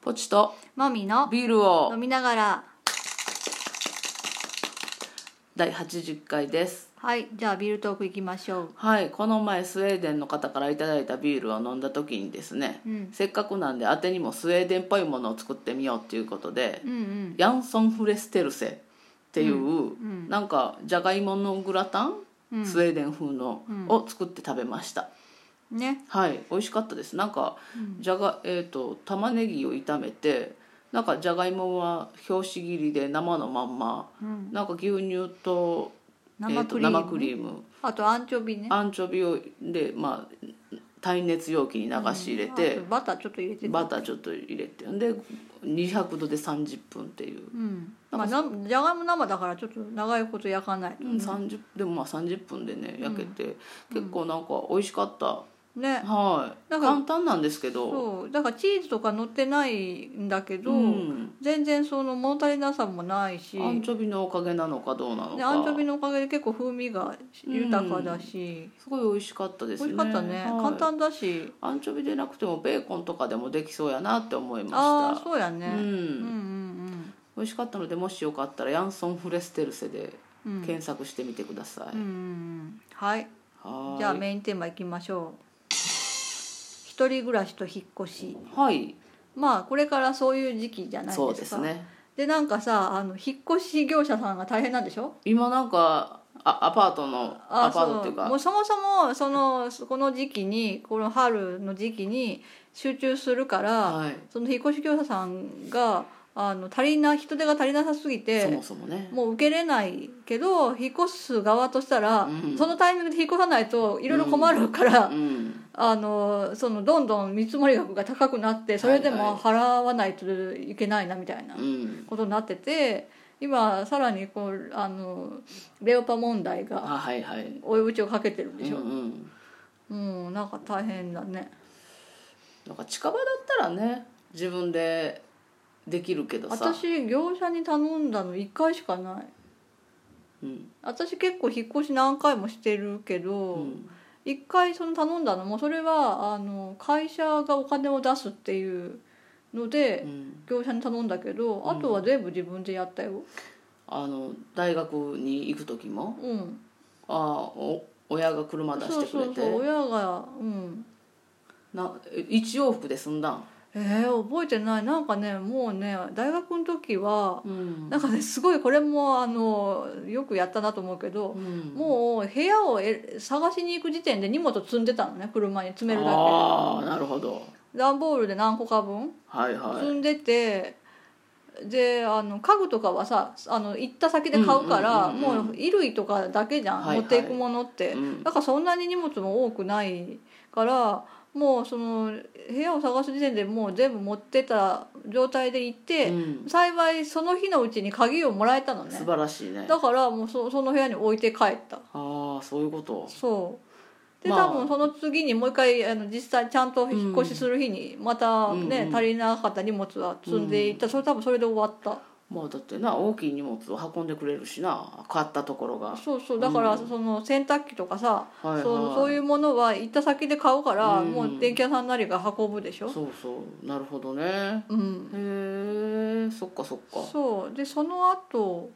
ポチともみのビールを飲みながら第80回ですはいじゃあビールトーク行きましょうはいこの前スウェーデンの方からいただいたビールを飲んだ時にですね、うんせっかくなんであてにもスウェーデンっぽいものを作ってみようっていうことで、うんうんヤンソンフレステルセっていう、うんなんかじゃがいものグラタン、うんスウェーデン風のうんを作って食べました、ねはい美味しかったですなんかうんじゃがえっ、と玉ねぎを炒めてなんかじゃがいもは拍子切りで生のまんまうんなんか牛乳と,、え生ーとクリーム生クリームあとアンチョビねアンチョビをでまあ耐熱容器に流し入れて、うんあとバターちょっと入れてたバターちょっと入れてんで200度で30分っていう、うんまあなじゃがいも生だからちょっと長いこと焼かないとうん、30でもまあ30分でね焼けて、結構なんか美味しかった、ねはいなんか簡単なんですけどそうだからチーズとか乗ってないんだけどうん全然その物足りなさもないしアンチョビのおかげなのかどうなのでかアンチョビのおかげで結構風味が豊かだし、すごい美味しかったです美ね味しかったね、はい簡単だしアンチョビでなくてもベーコンとかでもできそうやなって思いましたああーそうやうね、うん、うんん、うん美味しかったのでもしよかったらヤンソン・フレステルセでうん検索してみてください、うんうんうんはいはーいじゃあメインテーマいきましょう一人暮らしと引っ越しはいまあこれからそういう時期じゃないですかそうですねでなんかさあの引っ越し業者さんが大変なんでしょ今なんかあアパートのアパートっていうそうもかうそもそもそのこの時期にこの春の時期に集中するから、はいその引っ越し業者さんがあの足りな人手が足りなさすぎそてもそもねもう受けれないけど引っ越す側としたら、うんそのタイミングで引っ越さないといろいろ困るから、うんあのそのどんどん見積もり額が高くなってそれでも払わないといけないなみたいなうんことになってて今さらにこうあのレオパ問題があはいはい追い打ちをかけてるんでしょうんうん、もうなんか大変だねなんか近場だったらね自分でできるけどさ、私業者に頼んだの1回しかないうん私結構引っ越し何回もしてるけうど、ん、一回その頼んだのもそれはあの会社がお金を出すっていうのでうん業者に頼んだけど、あとは全部自分でやったよあの大学に行く時もうんあお親が車出そしてうくれそうてそう親がうんな一往復で済んだん、えー、覚えてないなんかねもうね大学の時はうんなんかねすごいこれもあのよくやったなと思うけど、うんもう部屋をえ探しに行く時点で荷物積んでたのね車に詰めるだああなるほどけ段ボールで何個か分はいはい積んでて、であの家具とかはさあの行った先で買うから、うんうんうんうんもう衣類とかだけじゃん、はいはい持っていくものって、うんだからそんなに荷物も多くないからもうその部屋を探す時点でもう全部持ってた状態で行って、うん幸いその日のうちに鍵をもらえたのね素晴らしいねだからもうそその部屋に置いて帰ったああそういうことそうで、まあ多分その次にもう一回あの実際ちゃんと引っ越しする日にまたね、うんうん足りなかった荷物は積んでいった、それ多分それで終わった、まあだってな大きい荷物を運んでくれるしな買ったところがそうそうだからその洗濯機とかさ、はいはいそうそういうものは行った先で買うから、うんもう電気屋さんなりが運ぶでしょそうそうなるほどねうんへえそっかそっかそうでその後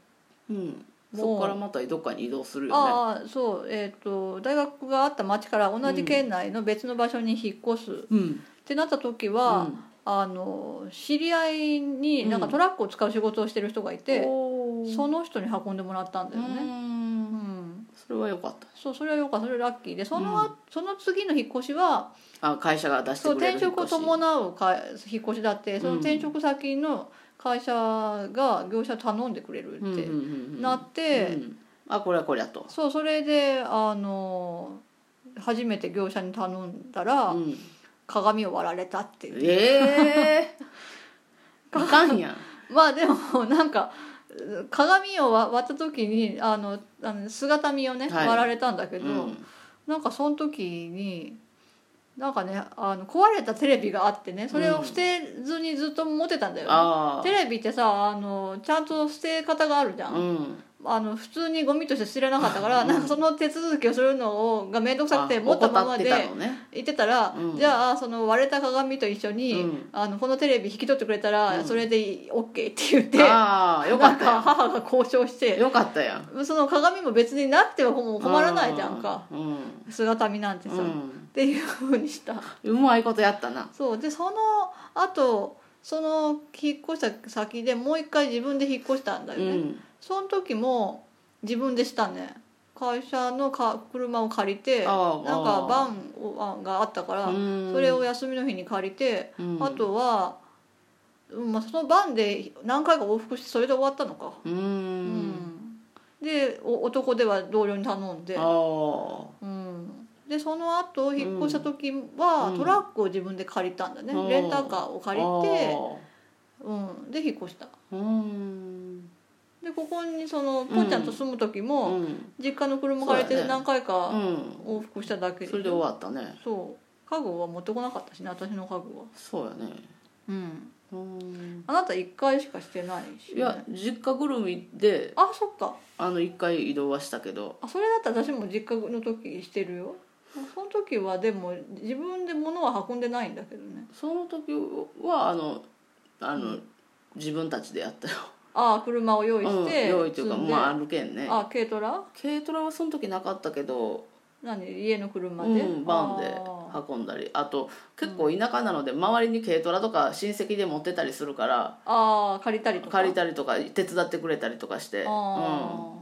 うんもうそっからまたどっかに移動するよねああそうえっ、と大学があった町から同じ県内の別の場所に引っ越す、っうんてなった時は、うんあの知り合いになんかうんトラックを使う仕事をしてる人がいて、おーその人に運んでもらったんだようねうん、んそれは良かったそうそれはよかったそれラッキーでその,、うその次の引っ越しはあ会社が出してそうくれる転職を引っ伴うか引っ越しだってそのうん転職先の会社が業者頼んでくれる越っしてうんうんうんうんなっうて、んあこれはこれやとそうそれであの初めて業者に頼んだら、うん鏡を割られたっていうええー、あかんやんまあでも なんか鏡を割割った時にあのあの姿見をね、はい割られたんだけど、うんなんかその時になんかねあの壊れたテレビがあってねそれを捨てずにずっと持ってたんだよね、あテレビってさあのちゃんと捨て方があるじゃあん、うんあの普通にゴミとして知らなかったからなんかその手続きをするのをが面倒くさくてあ持ったま怠まってでたのね行ってたら、うんじゃあその割れた鏡と一緒に、うんあのこのテレビ引き取ってくれたら、うんそれでいい OK って言ってああよかなっんたかや母が交渉してんよかったやんその鏡も別になくてはもう困らないじゃんかうん姿見なんてうさ、ん、うっんていうふうにしたうまいことやったなそうでその後その引っ越した先でもう一回自分で引っ越したんだようね、んその時も自分でしたね会社のか車を借りてああなんあかあバンをあがあったからうんそれを休みの日に借りてうんあとは、うんまあ、そのバンで何回か往復してそれで終わったのか、うんうんでお男では同僚に頼んであ、あうん、でその後引っ越した時は、うんトラックを自分で借りたんだね、うんレンタカーを借りて、うん、で引っ越したあーうんでここにそのぽんちゃんと住む時も、うん実家の車借りそうだねて何回うかん往復しただけそれで終わったねそう家具は持ってこなかったしね私の家具はそうやねうんうんあなた1回しかしてないし、いや実家ぐるみであそっかあの1回移動はしたけどあそれだったら私も実家の時してるよその時はでも自分で物は運んでないんだけどねその時はあのあの、自分たちでやったよああ車を用意して、うん、用意というか積んでまあ歩けんねあ軽トラ軽トラはその時なかったけど、何家の車で、うん、バンであ運んだりあと結構田舎なので周りに軽トラとか親戚で持ってたりするからーあー借りたりとか借りたたりとか手伝ってくれたりとかして、うん、ああ、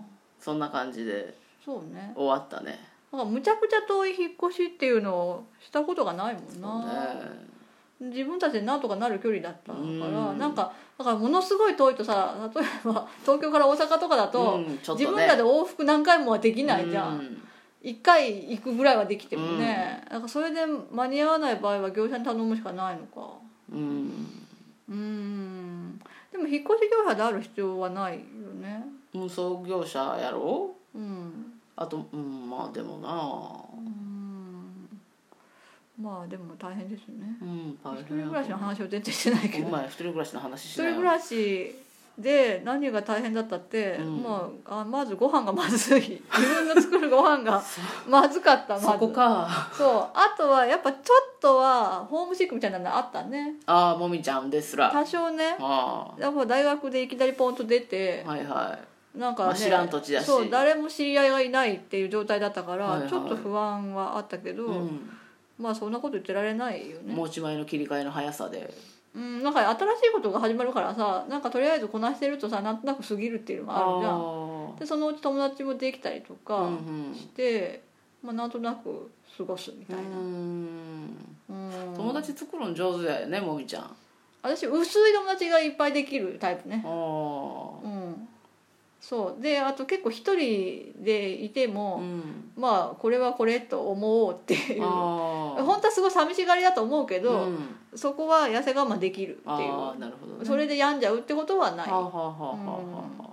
そんな感じでそうね終わったねなんかむちゃくちゃ遠い引っ越しっていうのをしたことがないもんそうねな、自分たちでなんとかなる距離だったかうらんなんかだからものすごい遠いとさ例えば東京から大阪とかだと,、うんちょっとね自分らで往復何回もはできないじゃ、うんん一1回行くぐらいはできてもね、なんかそれで間に合わない場合は業者に頼むしかないのかうんうんでも引っ越し業者である必要はないよね運送業者やろうんあとうんまあでもうなんまあでも大変ですねうん大一変人暮らしの話を全然してないけおど前一人暮らしの話一しない人暮らしで何が大変だったって、うんまあ、あまずご飯がまずい 自分の作るご飯がまずかったまずそこかそうあとはやっぱちょっとはホームシックみたいなのあったねああもみちゃんですらあ多少ねあやっぱ大学でいきなりポンと出てはいはなんか、ねまあ知らん土地だしそう誰も知り合いがいないっていう状態だったから、はいはいちょっと不安はあったけい、ど、うん、まあそんなこと言ってられないよね持ち前の切り替えの速さでうん、なんか新しいことが始まるからさなんかとりあえずこなしてるとさなんとなく過ぎるっていうのがあるじゃんあでそのうち友達もできたりあとうかんして、まあ、なんとなく過ごすみうたいな、んうん友達作るの上手やよねもみちゃんあ私薄い友達がいっぱいできるタイプねあうんそうであと結構一人でいてうも、んまあこれはこれと思おうっていうああ本当はすごい寂しがりだと思うけど、うん、そこは痩せ我慢できるっていああうなるほど、ね、それで病んじゃうってことはないはあはあはあはあは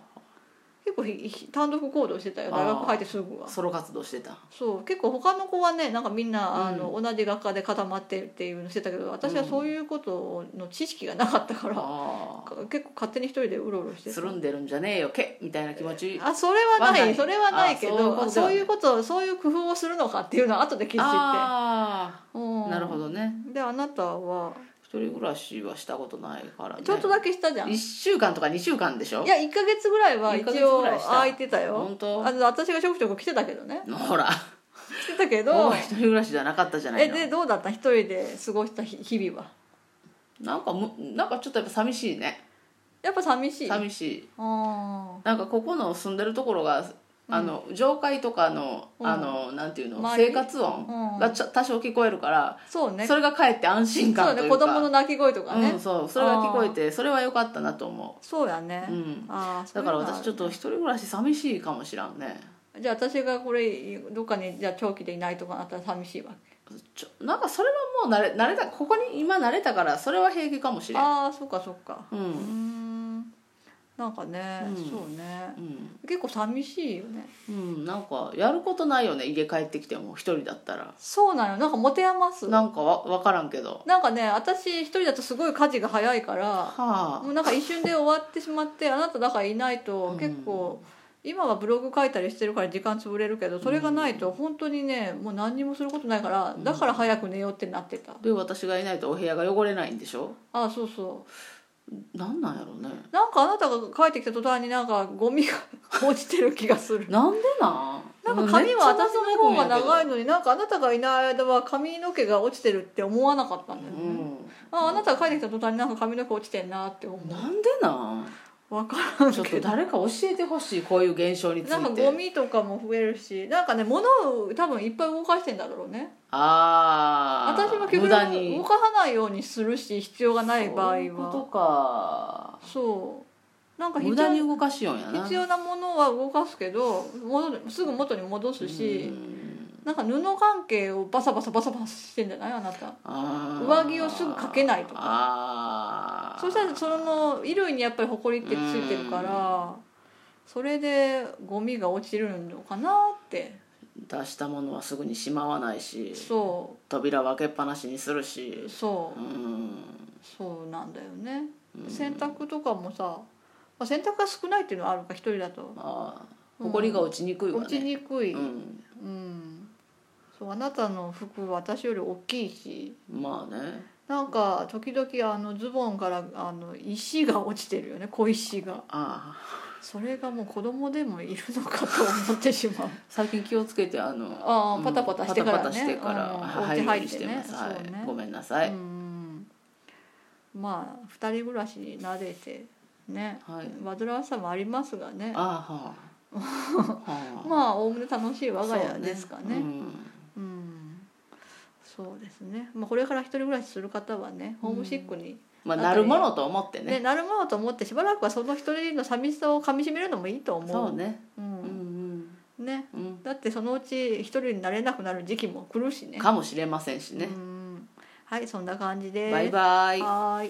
結構ひひ単独行動してたよ大学入ってすぐあはソロ活動してたそう結構他の子はねなんかみんな、あうの同じ学科で固まってっていうのしてたけど私はそういうことの知識がなかったから、ああか結構勝手に一人でうろうろしてつたるんでるんじゃねえよけみたいな気持ちあそれはなはないいそれはないけどああそそうういいううことそういう工夫をするのかっていうのは後で気づいあて、あなるほどどねであなたは一人暮らしはしたことないからねちょっとだけしたじゃん、 1週間とか2週間でしょいや1か月ぐらいは一ヶ一月ぐ応らいした空いてたよ本当あの私がちょくちょく来てたけどねほら来てたけもどう一人暮らしじゃなかったじゃなえいのでどうだった一人で過ごした日日々はなんかむなんかちょっとやっぱ寂しいねやっぱ寂しいあ寂しいあなんかここの住んでるところがあの上階とかの、うんあのなんていうの周り生活音うんがちょ多少聞こえるから、そうねそれがかえって安心そう感といねうか子供の泣き声とかね、うん、そうそれが聞こえてそれは良かったなと思そうやね、う、うん、ああだから私ちょっと一人暮らし寂しいかもしらんねじゃあ私がこれどっかにじゃあ長期でいないとかなったら寂しいわけちょなんかそれはもう慣れ慣れたここに今慣れたからそれは平気かもしれんああそっかそっかううんんなんかね、うんそうねうん、結構寂しいよねうん、なんかやることないよね家帰ってきても一人だったらそうなのなんか持て余すなんかわ分からんけどなんかね私一人だとすごい家事が早いからはあもうなんか一瞬で終わってしまってあなただからいないと結構今はブログ書いたりしてるから時間潰れるけどそれがないと本当にねもう何にもすることないからだから早く寝ようってなってたで私がいないとお部屋が汚れないんでしょあそうそなんなんやろうねうなんかあなたが帰ってきた途端になんかゴミが落ちてる気がするなんでなんなんか髪は私の方が長いいのになんかあなたがいない間は髪の毛が落ちてるって思わなかったんだよね、ああなたが帰ってきた途端になんか髪の毛落ちてんなって思うん、なんでなうわかんちょっと誰か教えてほしいこういう現象につなんかいゴてミとかも増えるしなんかね物を多分いっぱい動かしてんだろうねああ私も無極駄力に動かさないようにするし必要がない場合そういうことはかそうなんか無必駄要に動かしようんやな必要なものは動かすけど戻るすぐ元に戻すうし、んなんか布関係をバサバサバサバサしてんじゃないあなたあー上着をすぐかけないとかあーそしたらその衣類にやっぱりホコリってついてるからそれでゴミが落ちるのかなって出したものはすぐにしまわないしそ扉を開けっぱなしにするうしそううんそうなんだよねうん洗濯とかもさ、まあ、洗濯が少ないっていうのはあるか一人だとまあ埃が落ちにくいわ落ちねにくい、ううんんそうあなたの服は私より大きいしまあねなんか時々あのズボンからあの石が落ちてるよね小石がああそれがもう子供でもいるのかと思ってしまう最近気をつけてあのああうんパタパタしてからパタねパタしてからうん入るお家よう入にっしててねますはそうねいごめんなさいうんまあ二人暮らしに慣れてねはい煩わしさもありますがねあ あはあはあまあおおむね楽しい我がそう家ですかねうんうんそうですね、まあ、これから一人暮らしする方はねホームシックに、まあなるものと思ってねねなるものと思ってしばらくはその一人の寂しさをかみしめるのもいいと思うそうねううんんねうんだってそのうち一人になれなくなる時期も来るしうねんかもしれませんしねうんはいそんな感じですバイバイはーい